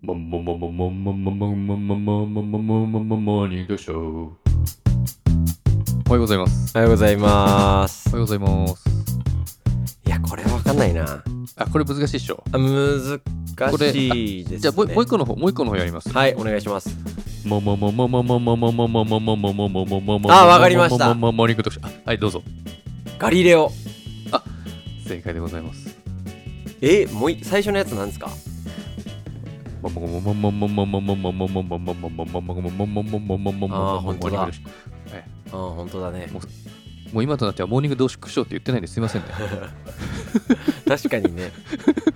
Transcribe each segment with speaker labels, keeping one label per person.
Speaker 1: ももももももももももももももももモーニングショー。
Speaker 2: おはようございます。
Speaker 3: おはようございます
Speaker 2: お。はようございます。
Speaker 3: いや、これわかんないな。
Speaker 2: あ、これ難しいっしょ。
Speaker 3: あ難しいですね。
Speaker 2: じゃあもう、もう一個の方、もう一個の方やります。
Speaker 3: はい、お願いします。
Speaker 1: もももももももももももももももももも
Speaker 3: あわかりまし
Speaker 1: も
Speaker 3: た
Speaker 1: ももモーニング特集。あはい、どうぞ。
Speaker 3: ガリレオ。
Speaker 2: 正解でございます。
Speaker 3: え、もうい最初のやつなんですか
Speaker 1: ももももももももももももももももももももももももも
Speaker 3: あーほんとだ
Speaker 1: モーニング特集
Speaker 3: ああ、本当だね。
Speaker 2: もう今となってはモーニング同縮ショーって言ってないんですいませんね。
Speaker 3: 確かにね。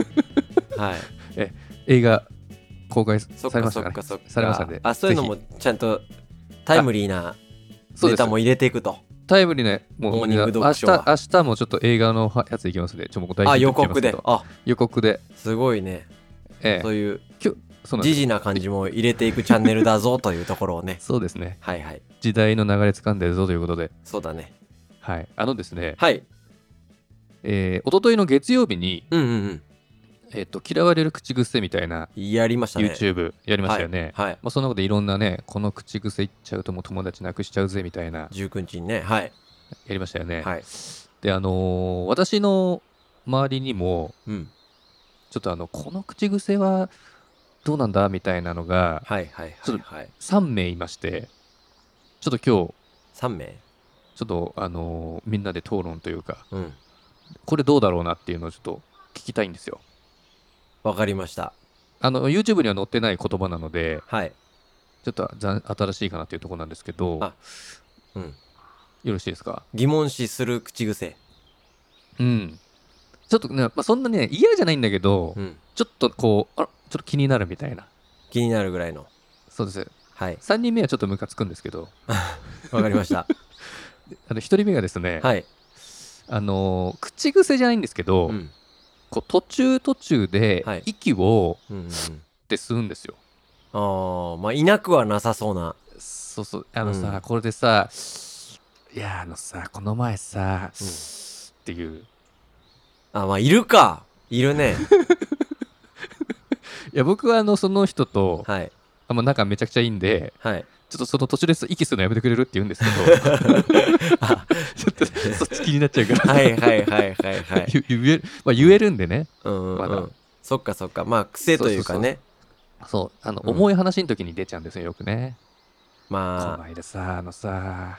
Speaker 3: はい。
Speaker 2: 映画公開さ
Speaker 3: そっ
Speaker 2: れ
Speaker 3: か
Speaker 2: まし
Speaker 3: そ
Speaker 2: た
Speaker 3: っ
Speaker 2: から、ね。
Speaker 3: かそっか。
Speaker 2: されましたんで
Speaker 3: あ、そういうのもちゃんとタイムリーな
Speaker 2: そう
Speaker 3: ネ
Speaker 2: です
Speaker 3: タ。も入れていくと。
Speaker 2: タイムリーね、も
Speaker 3: モ
Speaker 2: う
Speaker 3: ーニング
Speaker 2: 明
Speaker 3: 読
Speaker 2: 日
Speaker 3: 書は
Speaker 2: 明日もちょっと映画のやついきますんで、ちょっともう大
Speaker 3: あ、
Speaker 2: ヒン
Speaker 3: 予
Speaker 2: ト言っちゃいますけ
Speaker 3: 告で
Speaker 2: ど。
Speaker 3: あ、
Speaker 2: 予告で。
Speaker 3: すごいね。
Speaker 2: え
Speaker 3: そ
Speaker 2: え
Speaker 3: ういう
Speaker 2: そうなんで
Speaker 3: 時
Speaker 2: す。
Speaker 3: 事な感じも入れていくチャンネルだぞというところ をね。
Speaker 2: そうですね。
Speaker 3: はいはい。
Speaker 2: 時代の流れ掴んでるぞということで。
Speaker 3: そうだね。
Speaker 2: はい。あのですね、
Speaker 3: はい。
Speaker 2: えー、一昨日の月曜日に、
Speaker 3: うんうん
Speaker 2: えっ、と、嫌われる口癖みたいな
Speaker 3: うん。やりましたね。
Speaker 2: YouTube やりましたよね。
Speaker 3: はい。はい
Speaker 2: まあ、そんなことでいろんなね、この口癖言っちゃうともう友達なくしちゃうぜみたいな、
Speaker 3: 19日にね、はい。
Speaker 2: やりましたよね。
Speaker 3: はい。
Speaker 2: で、あのー私の周りにも、
Speaker 3: うん。
Speaker 2: ちょっとあの、この口癖はどうなんだみたいなのが
Speaker 3: はいはい
Speaker 2: ち
Speaker 3: は
Speaker 2: ょ
Speaker 3: い、
Speaker 2: っ
Speaker 3: はい。
Speaker 2: 3名いまして、ちょっと今日、
Speaker 3: 3名
Speaker 2: ちょっとあのーみんなで討論というか、
Speaker 3: うん。
Speaker 2: これどうだろうなっていうのをちょっと聞きたいんですよ。
Speaker 3: わかりました。
Speaker 2: あの、YouTube には載ってない言葉なので、
Speaker 3: はい。
Speaker 2: ちょっとざ新しいかなというところなんですけど、
Speaker 3: あうん。
Speaker 2: よろしいですか
Speaker 3: 疑問視する口癖。
Speaker 2: うん。ちょっとね、まあ、そんなね、嫌じゃないんだけど、
Speaker 3: うん。
Speaker 2: ちょっとこう、あらちょっと気になるみたいな。
Speaker 3: 気になるぐらいの。
Speaker 2: そうです。
Speaker 3: はい。
Speaker 2: 3人目はちょっとムカつくんですけど、
Speaker 3: わかりま した。
Speaker 2: あの1人目がですね、
Speaker 3: はい。
Speaker 2: あのー口癖じゃないんですけど、
Speaker 3: うん。
Speaker 2: こう途中途中で
Speaker 3: はい
Speaker 2: 息を
Speaker 3: うん、うんうん。
Speaker 2: って吸うんですよ。
Speaker 3: ああ、まあ、いなくはなさそうな。
Speaker 2: そうそう。あのさ、
Speaker 3: うん
Speaker 2: これでさ、いや、あのさ、この前さ、
Speaker 3: うん
Speaker 2: っていう。
Speaker 3: あ、まあ、いるか。いる ね。
Speaker 2: いや、僕はあのその人と、
Speaker 3: はい。
Speaker 2: あんま仲めちゃくちゃいいんで、
Speaker 3: はい。
Speaker 2: ちょっとその途中で息吸うのやめてくれるって言うんですけど、 ちょ
Speaker 3: あ
Speaker 2: っとそっち気になっちゃうから。
Speaker 3: はいはいはいはいはい。
Speaker 2: 言 言えるまあ、言えるんでね、
Speaker 3: うんうん、
Speaker 2: ま
Speaker 3: う
Speaker 2: だ
Speaker 3: ん。そっかそっか。まあ、癖というかね。
Speaker 2: そう、あの、
Speaker 3: うん
Speaker 2: 重い話の時に出ちゃうんですよ、よくね。この
Speaker 3: ま
Speaker 2: 間さ、あのさ、
Speaker 3: あ、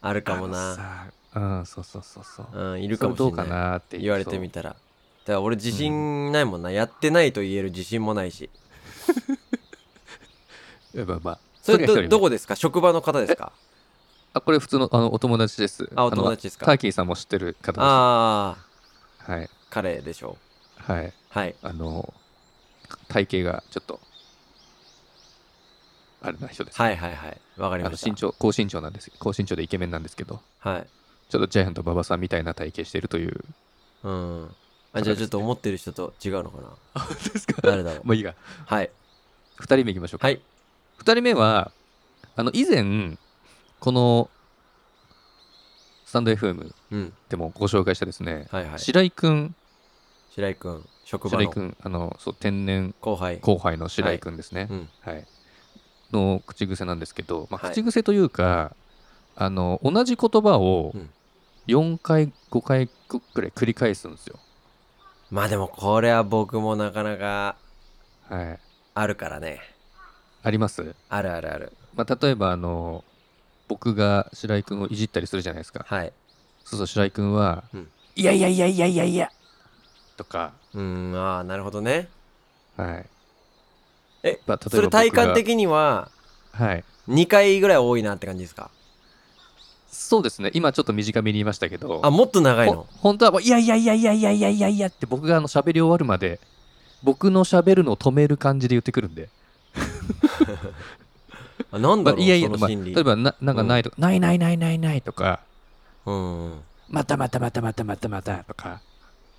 Speaker 3: あるかも
Speaker 2: あの
Speaker 3: な。
Speaker 2: さ。うん、そうそうそうそう。
Speaker 3: うん、い
Speaker 2: い
Speaker 3: るかもしれ
Speaker 2: ど
Speaker 3: な
Speaker 2: う
Speaker 3: い。
Speaker 2: かなって
Speaker 3: 言われてみ
Speaker 2: て。
Speaker 3: たら。だから俺自信ないもんな、やってないと言える自信もないし。
Speaker 2: そうやばいやばい
Speaker 3: そ
Speaker 2: それ
Speaker 3: れ
Speaker 2: が一人
Speaker 3: ど
Speaker 2: 目
Speaker 3: どこですか職場の方ですか
Speaker 2: あ、これ普通のあのお友達です。
Speaker 3: あお友達ですか
Speaker 2: あのターキーさんも知ってる方で
Speaker 3: ああ、
Speaker 2: す。はい。
Speaker 3: 彼でしょう。
Speaker 2: はい。
Speaker 3: はい。
Speaker 2: あの、体型がちょっと、あれな人です。
Speaker 3: はいはいはい。わか
Speaker 2: あ
Speaker 3: りま
Speaker 2: の
Speaker 3: した。
Speaker 2: 身長、高身長なんです。高身長でイケメンなんですけど、
Speaker 3: はい。
Speaker 2: ちょっとジャイアント馬場さんみたいな体型してるという。
Speaker 3: うん。
Speaker 2: 彼
Speaker 3: あじ
Speaker 2: で
Speaker 3: ゃあ
Speaker 2: す
Speaker 3: ちょっと思ってる人と違うのかな
Speaker 2: あ、ですか
Speaker 3: 誰だろう
Speaker 2: まあいいや。
Speaker 3: はい。
Speaker 2: 2人目いきましょうか。
Speaker 3: はい。
Speaker 2: 2人目はあの以前このスタンド FM
Speaker 3: うん。
Speaker 2: でもご紹介したですね、
Speaker 3: はいはい。
Speaker 2: 白井くん
Speaker 3: 白井くん、職場
Speaker 2: 白井
Speaker 3: の
Speaker 2: くんあのそう天然
Speaker 3: 後輩。
Speaker 2: 後輩の白井くんですね
Speaker 3: う、ん。
Speaker 2: はいの口癖なんですけど、まあ、
Speaker 3: はい
Speaker 2: 口癖というか、あの同じ言葉を
Speaker 3: うん
Speaker 2: 4回5回くらい繰り返すんですよ、
Speaker 3: まあでもこれは僕もなかなか
Speaker 2: はい、
Speaker 3: あるからね。
Speaker 2: あります、
Speaker 3: あるあるある。
Speaker 2: まあ、例えばあの僕が白井くんをいじったりするじゃないですか
Speaker 3: はい。
Speaker 2: そうそう白井くんは、
Speaker 3: うん
Speaker 2: いやいやいやいやいやいやとか
Speaker 3: うん、ああ、なるほどね。
Speaker 2: はい。
Speaker 3: え
Speaker 2: まあ、
Speaker 3: それ体感
Speaker 2: に
Speaker 3: 的には
Speaker 2: はい。
Speaker 3: 2回ぐらい多いなって感じですか
Speaker 2: そうですね。今ちょっと短めに言いましたけど、
Speaker 3: あ、もっと長い
Speaker 2: ほ
Speaker 3: の。
Speaker 2: 本当はもう、いやいやいやいやいやいやいやいやって僕があの喋り終わるまで、僕の喋るのを止める感じで言ってくるんで、
Speaker 3: あなんだろ
Speaker 2: ま
Speaker 3: う、
Speaker 2: あいやいや、
Speaker 3: そ
Speaker 2: ま
Speaker 3: の
Speaker 2: あ、
Speaker 3: 心理。
Speaker 2: 例えばな、なんかないとか、ないないないないないとか、
Speaker 3: うんうん。
Speaker 2: またまたまたまたまたまたとか、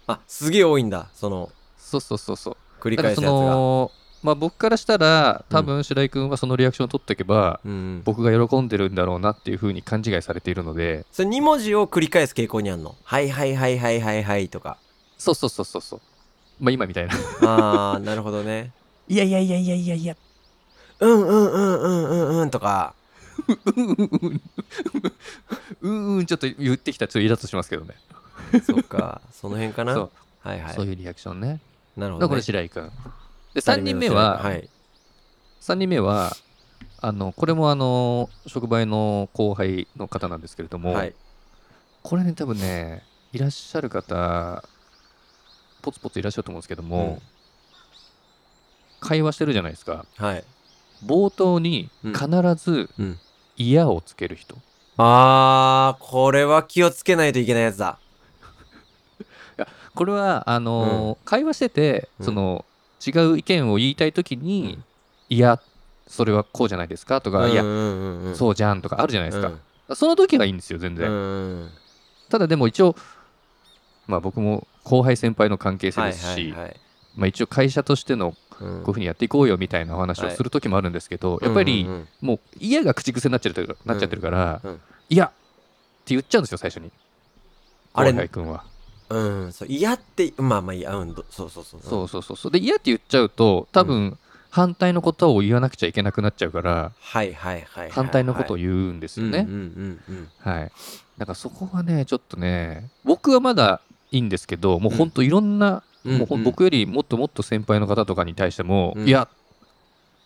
Speaker 3: あ、すげえ多いんだ。その、
Speaker 2: そうそうそうそう。
Speaker 3: 繰り
Speaker 2: だか
Speaker 3: 返
Speaker 2: らそ
Speaker 3: すやつが。
Speaker 2: の、まあ僕からしたら、
Speaker 3: うん
Speaker 2: 多分白井君はそのリアクションを取っておけば、
Speaker 3: うん。
Speaker 2: 僕が喜んでるんだろうなっていうふうに勘違いされているので、
Speaker 3: それ2文字を繰り返す傾向にあんの。はいはいはいはいはいはいとか。
Speaker 2: そうそうそうそうそう。まあ今みたいな。
Speaker 3: あー、なるほどね。
Speaker 2: いやいやいやいやいやいや。
Speaker 3: うんうんうんうんうんうんとか
Speaker 2: うんうんうん。うんうん、ちょっと言ってきたらちょっとイラッとしますけどね。
Speaker 3: そっかその辺かな
Speaker 2: そう
Speaker 3: はいは
Speaker 2: そう
Speaker 3: い
Speaker 2: いうリアクションね。
Speaker 3: なるほ
Speaker 2: だからこ
Speaker 3: ど、
Speaker 2: れ白
Speaker 3: ね、
Speaker 2: 井君。で、3人目は、
Speaker 3: 二人
Speaker 2: 3人目は、あの、これもあの、職場の後輩の方なんですけれども、
Speaker 3: 目の白井はい、はい、
Speaker 2: これね、多分ね、いらっしゃる方、ポツポツいらっしゃると思うんですけども、会話してるじゃないですか。
Speaker 3: うんはい
Speaker 2: 冒頭に
Speaker 3: うん
Speaker 2: 必ず
Speaker 3: うん
Speaker 2: 「嫌」をつける人、い
Speaker 3: あーこれは気をつけないといけないやつだ
Speaker 2: やこれはあのー会話してて、
Speaker 3: うん
Speaker 2: その違う意見を言いたい時に「
Speaker 3: うん
Speaker 2: いやそれはこうじゃないですか」とか「いや
Speaker 3: や
Speaker 2: そうじゃん」とかあるじゃないです
Speaker 3: う
Speaker 2: か
Speaker 3: ん、
Speaker 2: その時はいいんですよ全然、
Speaker 3: うんうん
Speaker 2: ただでも一応まあ僕も後輩先輩の関係性
Speaker 3: はい
Speaker 2: ですし、
Speaker 3: はいはい
Speaker 2: まあ、一応会社としてのこ
Speaker 3: うん
Speaker 2: ういうふうにやっていこうよみたいなお話をする時もあるんですけど、やっぱり
Speaker 3: うんうんうん
Speaker 2: もう「嫌」が口癖になっちゃってるなっちゃってるから
Speaker 3: うんうん
Speaker 2: 「いや」って言っちゃうんですよ最初に
Speaker 3: あれ
Speaker 2: 後輩君は。
Speaker 3: うん、そう嫌ってまあまあいいやうんどそうそうそう
Speaker 2: そうそうそうそうで嫌って言っちゃうと多分、反対のことを言わなくちゃいけなくなっちゃうから
Speaker 3: はいはいはいはい
Speaker 2: 反対のことを
Speaker 3: 言
Speaker 2: 言うんですよね、
Speaker 3: うんうんうんうん
Speaker 2: はいだからそこはねちょっとね僕はまだいいんですけどもうほんといろんな、
Speaker 3: うん
Speaker 2: もうほん
Speaker 3: うん
Speaker 2: 僕よりもっともっと先輩の方とかに対しても「
Speaker 3: うん
Speaker 2: いや」っ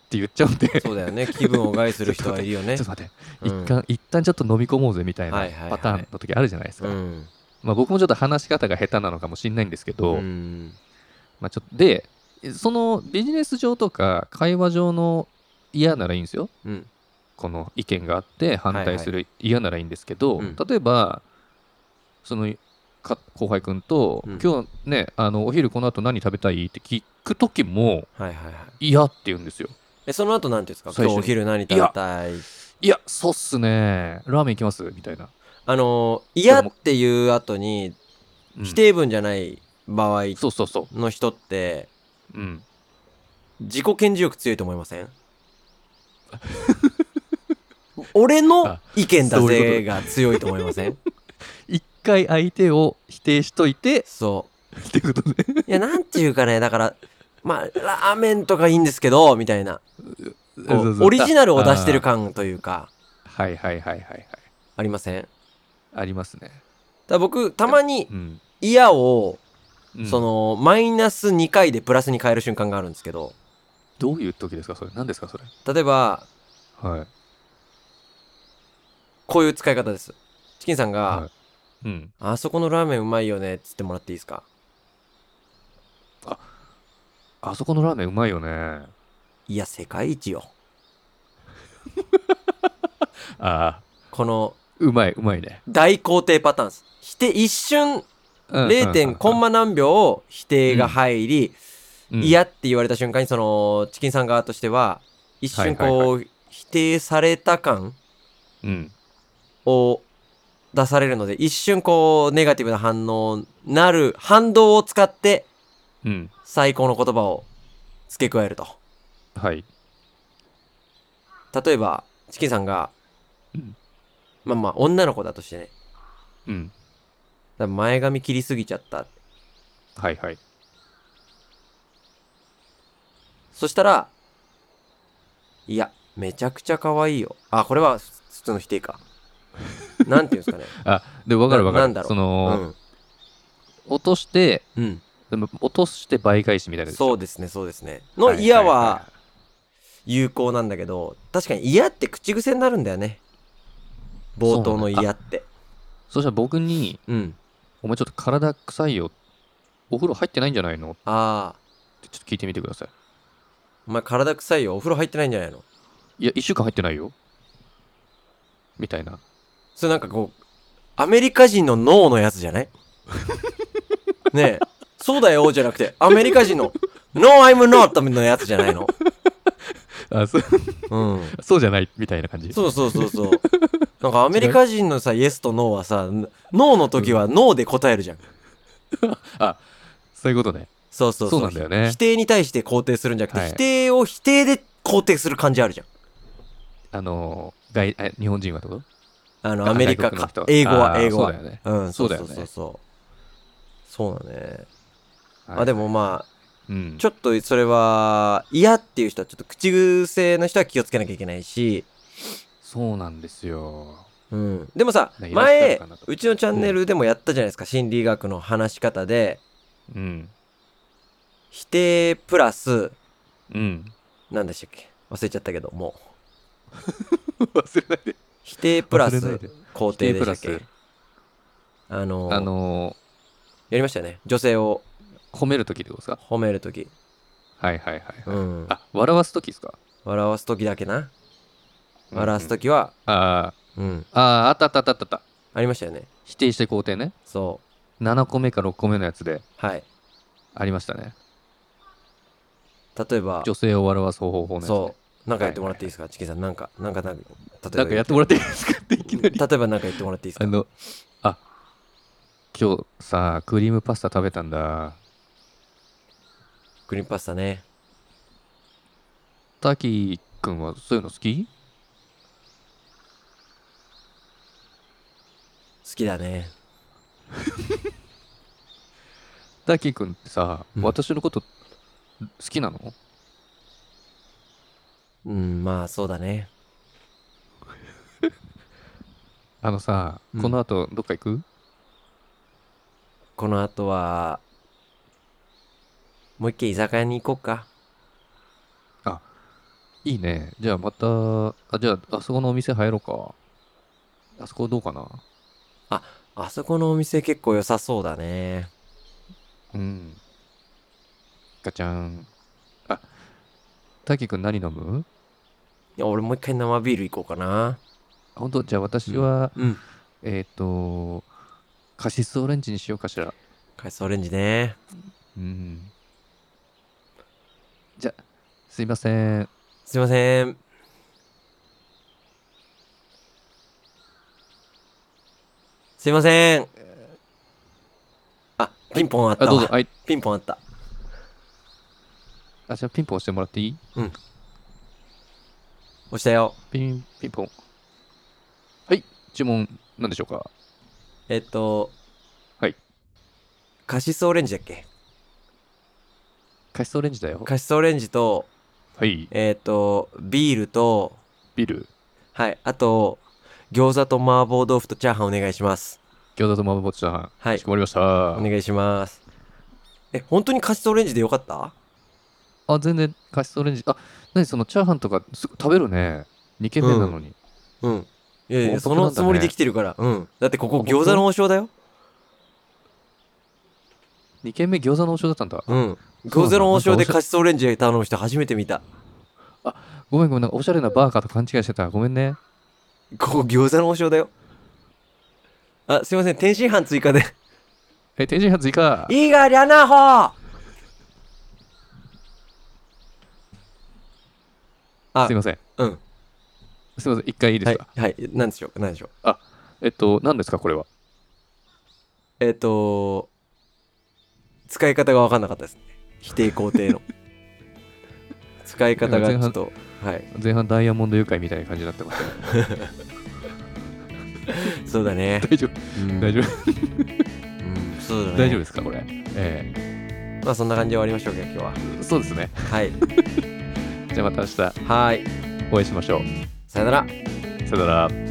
Speaker 2: て言っちゃうんで ちょ
Speaker 3: そうだよね気分を害する人はいるよ ね
Speaker 2: っと待って、
Speaker 3: うん
Speaker 2: 一旦一旦ちょっと飲み込もうぜみたいな
Speaker 3: はいはいはい
Speaker 2: パターンの時あるじゃないですか、
Speaker 3: うん
Speaker 2: まあ、僕もちょっと話し方が下手なのかもしれないんですけど、
Speaker 3: うん
Speaker 2: まあ、ちょっとでそのビジネス上とか会話上の嫌ならいいんですよ
Speaker 3: うん
Speaker 2: この意見があって反対する嫌ならいいんですけど、
Speaker 3: うん
Speaker 2: 例えばそのか後輩君と、
Speaker 3: うん
Speaker 2: 今日ねあのお昼この後何食べたいって聞く時も
Speaker 3: はいはいはい
Speaker 2: 嫌って言うんですよ
Speaker 3: えその後なんていうんですか
Speaker 2: 最
Speaker 3: 今
Speaker 2: 初に
Speaker 3: 日お昼何食べたい
Speaker 2: いやそうっすねラーメン行きますみたいな、
Speaker 3: あのー嫌っていう後に
Speaker 2: うん
Speaker 3: 否定文じゃない場合
Speaker 2: そうそうそ
Speaker 3: の人って
Speaker 2: ううん
Speaker 3: 自己顕示欲強いと思いません 俺の意見だ
Speaker 2: そういう
Speaker 3: ぜが強いと思いません
Speaker 2: 一回相手を否定しとい て
Speaker 3: そう
Speaker 2: ってことで
Speaker 3: いや、なんていうかね、だから、まあ、ラーメンとかいいんですけど、みたいな。こ
Speaker 2: そうそ
Speaker 3: う
Speaker 2: う
Speaker 3: オリジナルを出してる感というか、
Speaker 2: あーはいはいはいはいはい
Speaker 3: ありませんだか
Speaker 2: ありますね
Speaker 3: ら僕、たまに、
Speaker 2: うん、
Speaker 3: 嫌を、
Speaker 2: うん
Speaker 3: その、マイナス2回でプラスに変える瞬間があるんですけど、
Speaker 2: どういう時ですかそれ何ですかそれ
Speaker 3: 例えば、
Speaker 2: はい
Speaker 3: こういう使い方です。チキンさんが、
Speaker 2: はいうん
Speaker 3: あそこのラーメンうまいよね、っつってもらっていいですか
Speaker 2: あそこのラーメンうまいよねあ
Speaker 3: いや、世界一よ。
Speaker 2: あ
Speaker 3: この、
Speaker 2: うまいうまいね、
Speaker 3: 大肯定パターンです。して、一瞬、
Speaker 2: うん
Speaker 3: 0. 点コンマ何秒を否定が入り、
Speaker 2: うん
Speaker 3: 嫌って言われた瞬間にそのチキンさん側としては一瞬こう、
Speaker 2: はい
Speaker 3: 否定された感
Speaker 2: うん
Speaker 3: を出されるので一瞬こうネガティブな反応になる反動を使って
Speaker 2: うん
Speaker 3: 最高の言葉を付け加えると
Speaker 2: はい
Speaker 3: 例えばチキンさんが、
Speaker 2: うん
Speaker 3: まあまあ女の子だとしてね
Speaker 2: うん
Speaker 3: だから前髪切りすぎちゃった
Speaker 2: はいはい
Speaker 3: そしたらいやめちゃくちゃ可愛いよあこれは普通の否定 かなんていうんですかね
Speaker 2: あで分かる分か
Speaker 3: なな
Speaker 2: る
Speaker 3: んだろう
Speaker 2: そうの、
Speaker 3: ん
Speaker 2: 落として
Speaker 3: うん
Speaker 2: でも落として倍返しみたいな
Speaker 3: そう
Speaker 2: で
Speaker 3: ですね、そうですね。
Speaker 2: す
Speaker 3: の嫌は有効なんだけど、確かに嫌って口癖になるんだよね。冒頭の嫌って。
Speaker 2: そしたら僕に
Speaker 3: うん。
Speaker 2: 「お前ちょっと体臭いよお風呂入ってないんじゃないの?」っ
Speaker 3: ああ、
Speaker 2: てちょっと聞いてみてください
Speaker 3: お前体臭いよ。お風呂入ってないんじゃないの
Speaker 2: いや1週間入ってないよみたいな
Speaker 3: それなんかこう、アメリカ人の脳のやつじゃ ないねえ、そうだよじゃなくて、アメリカ人の No, I'm not のやつじゃないの
Speaker 2: あそう
Speaker 3: うん。
Speaker 2: そうじゃないみたいな感じ
Speaker 3: そうそうそ うそう。なんかアメリカ人のさ、イエスとノーはさ、ノーの時はノーで答えるじゃん。
Speaker 2: そういうことね
Speaker 3: そうそうそう。
Speaker 2: そうなんだよね
Speaker 3: 否定に対して肯定するんじゃなくて、
Speaker 2: はい
Speaker 3: 否定を否定で肯定する感じあるじゃん。
Speaker 2: あの外え日本人はってこと
Speaker 3: あの、
Speaker 2: あ
Speaker 3: アメリカ
Speaker 2: 外国の
Speaker 3: か
Speaker 2: 人は、
Speaker 3: 英語
Speaker 2: あ
Speaker 3: は、
Speaker 2: ー
Speaker 3: 英語は。
Speaker 2: そうだよね
Speaker 3: うん、そう
Speaker 2: そうだよ
Speaker 3: そう
Speaker 2: ね
Speaker 3: そうそう。そうだね。
Speaker 2: は
Speaker 3: あ、
Speaker 2: い
Speaker 3: でもまあ、
Speaker 2: うん
Speaker 3: ちょっとそれは嫌っていう人はちょっと口癖の人は気をつけなきゃいけないし、
Speaker 2: そうなんですよ
Speaker 3: うん、でもさ
Speaker 2: ねいらっしゃる
Speaker 3: 前
Speaker 2: かなと
Speaker 3: うちのチャンネルでもやったじゃないですか心理学の話し方で
Speaker 2: うん
Speaker 3: 否定プラス
Speaker 2: うん
Speaker 3: 何でしたっけ忘れちゃったけどもう
Speaker 2: 忘れないで
Speaker 3: 否定プラス
Speaker 2: 忘れないで
Speaker 3: 肯定でしたっ
Speaker 2: 否定
Speaker 3: け
Speaker 2: プ
Speaker 3: あの
Speaker 2: あの
Speaker 3: やりましたよね女性を
Speaker 2: ー褒める時でございますか
Speaker 3: 褒める時、
Speaker 2: はいはいはい、
Speaker 3: うん、
Speaker 2: あ笑わす時ですか
Speaker 3: 笑わす時だけな
Speaker 2: うん
Speaker 3: 笑わす時は、
Speaker 2: あ
Speaker 3: うん、
Speaker 2: ーあーあったあったあったあった
Speaker 3: ありましたよね
Speaker 2: 否定して肯定ね
Speaker 3: そ
Speaker 2: 7個目か6個目のやつで
Speaker 3: うはい
Speaker 2: ありましたね
Speaker 3: 例えば
Speaker 2: 女性を笑わす方法ね
Speaker 3: そうなんかやってもらっていいですか、チキンさんなんかなんかなんか例えば
Speaker 2: なんかやってもらっていいですかっていきなり
Speaker 3: 例えばなんか言ってもらっていいです
Speaker 2: あ
Speaker 3: か
Speaker 2: の、あ、今日さ、クリームパスタ食べたんだ。
Speaker 3: クリームパスタね
Speaker 2: タキ君はそういうの好き
Speaker 3: 好きだね
Speaker 2: タキ君ってさ、
Speaker 3: うん
Speaker 2: 私のこと好きなの
Speaker 3: うんまあそうだね
Speaker 2: あのさ、
Speaker 3: うん
Speaker 2: この後どっか行く
Speaker 3: この後はもう一軒居酒屋に行こうか
Speaker 2: いいね。じゃあまた、あ、じゃああそこのお店入ろうか。あそこどうかな
Speaker 3: あそこのお店結構良さそうだね
Speaker 2: うん。ガチャン。あ、タキ君何飲む
Speaker 3: いや俺もう一回生ビール行こうかな
Speaker 2: あ本当じゃあ私は、
Speaker 3: うん
Speaker 2: えっ、と、カシスオレンジにしようかしら。
Speaker 3: 海藻オレンジね
Speaker 2: うん。じゃ、すいません。
Speaker 3: すいませんすいませんあピンポンあった
Speaker 2: あ、
Speaker 3: わ
Speaker 2: どうぞ。はい。
Speaker 3: ピンポンあった
Speaker 2: あ、じゃあピンポン押してもらっていい
Speaker 3: 押したよ
Speaker 2: ピン、ピンポン。はい。注文、なんでしょうか
Speaker 3: えっと
Speaker 2: はい
Speaker 3: カシスオレンジだっけ
Speaker 2: カシスオレンジだよ。
Speaker 3: カシスオレンジと
Speaker 2: はい。
Speaker 3: えっとビールと
Speaker 2: ビール、
Speaker 3: はいあと餃子と麻婆豆腐とチャーハンお願いします
Speaker 2: 餃子と麻婆チャーハン。
Speaker 3: はい
Speaker 2: かしこまりました。
Speaker 3: お願いしますえ本当にカシスオレンジでよかった
Speaker 2: あ、全然、カシスオレンジ。あ、なにそのチャーハンとかすぐ食べるね。2軒目なのに。
Speaker 3: うんいやいや、
Speaker 2: 本格
Speaker 3: そ
Speaker 2: なんだ
Speaker 3: の
Speaker 2: ね
Speaker 3: つもりで来てるからうんだってここ
Speaker 2: あ本当
Speaker 3: 餃子の王将だよ
Speaker 2: 2軒目餃子の王将だったんだ。
Speaker 3: うん
Speaker 2: そうなん
Speaker 3: 餃子
Speaker 2: だ
Speaker 3: の王将
Speaker 2: な
Speaker 3: で
Speaker 2: んか
Speaker 3: カシスオレンジ頼む人初めて見た
Speaker 2: ごめんごめん、なんかおしゃれなバーカーと勘違いしてた。ごめんね。
Speaker 3: ここ餃子の王将だよあすいません天津飯追 加で
Speaker 2: え、天津飯追加。
Speaker 3: いいがりゃなほあ
Speaker 2: すいません。
Speaker 3: うん
Speaker 2: すいません。一回いいですか、
Speaker 3: はい、はい、なんでしょうなんでしょう
Speaker 2: えっと、何ですかこれは。
Speaker 3: えっ、と使い方が分かんなかったですね否定肯定 の使い方がちょっとはい
Speaker 2: 前半ダイヤモンド愉快みたいな感じになってますね
Speaker 3: そうだね、
Speaker 2: 大丈夫
Speaker 3: う ん
Speaker 2: 大丈夫、
Speaker 3: うんそうだね
Speaker 2: 大丈夫ですかこれえ
Speaker 3: まあそんな感じで終わりましょうか今日は
Speaker 2: えそうですね
Speaker 3: はい
Speaker 2: じゃあまた明日
Speaker 3: はい
Speaker 2: お会いしましょ
Speaker 3: さよなら
Speaker 2: うさよなら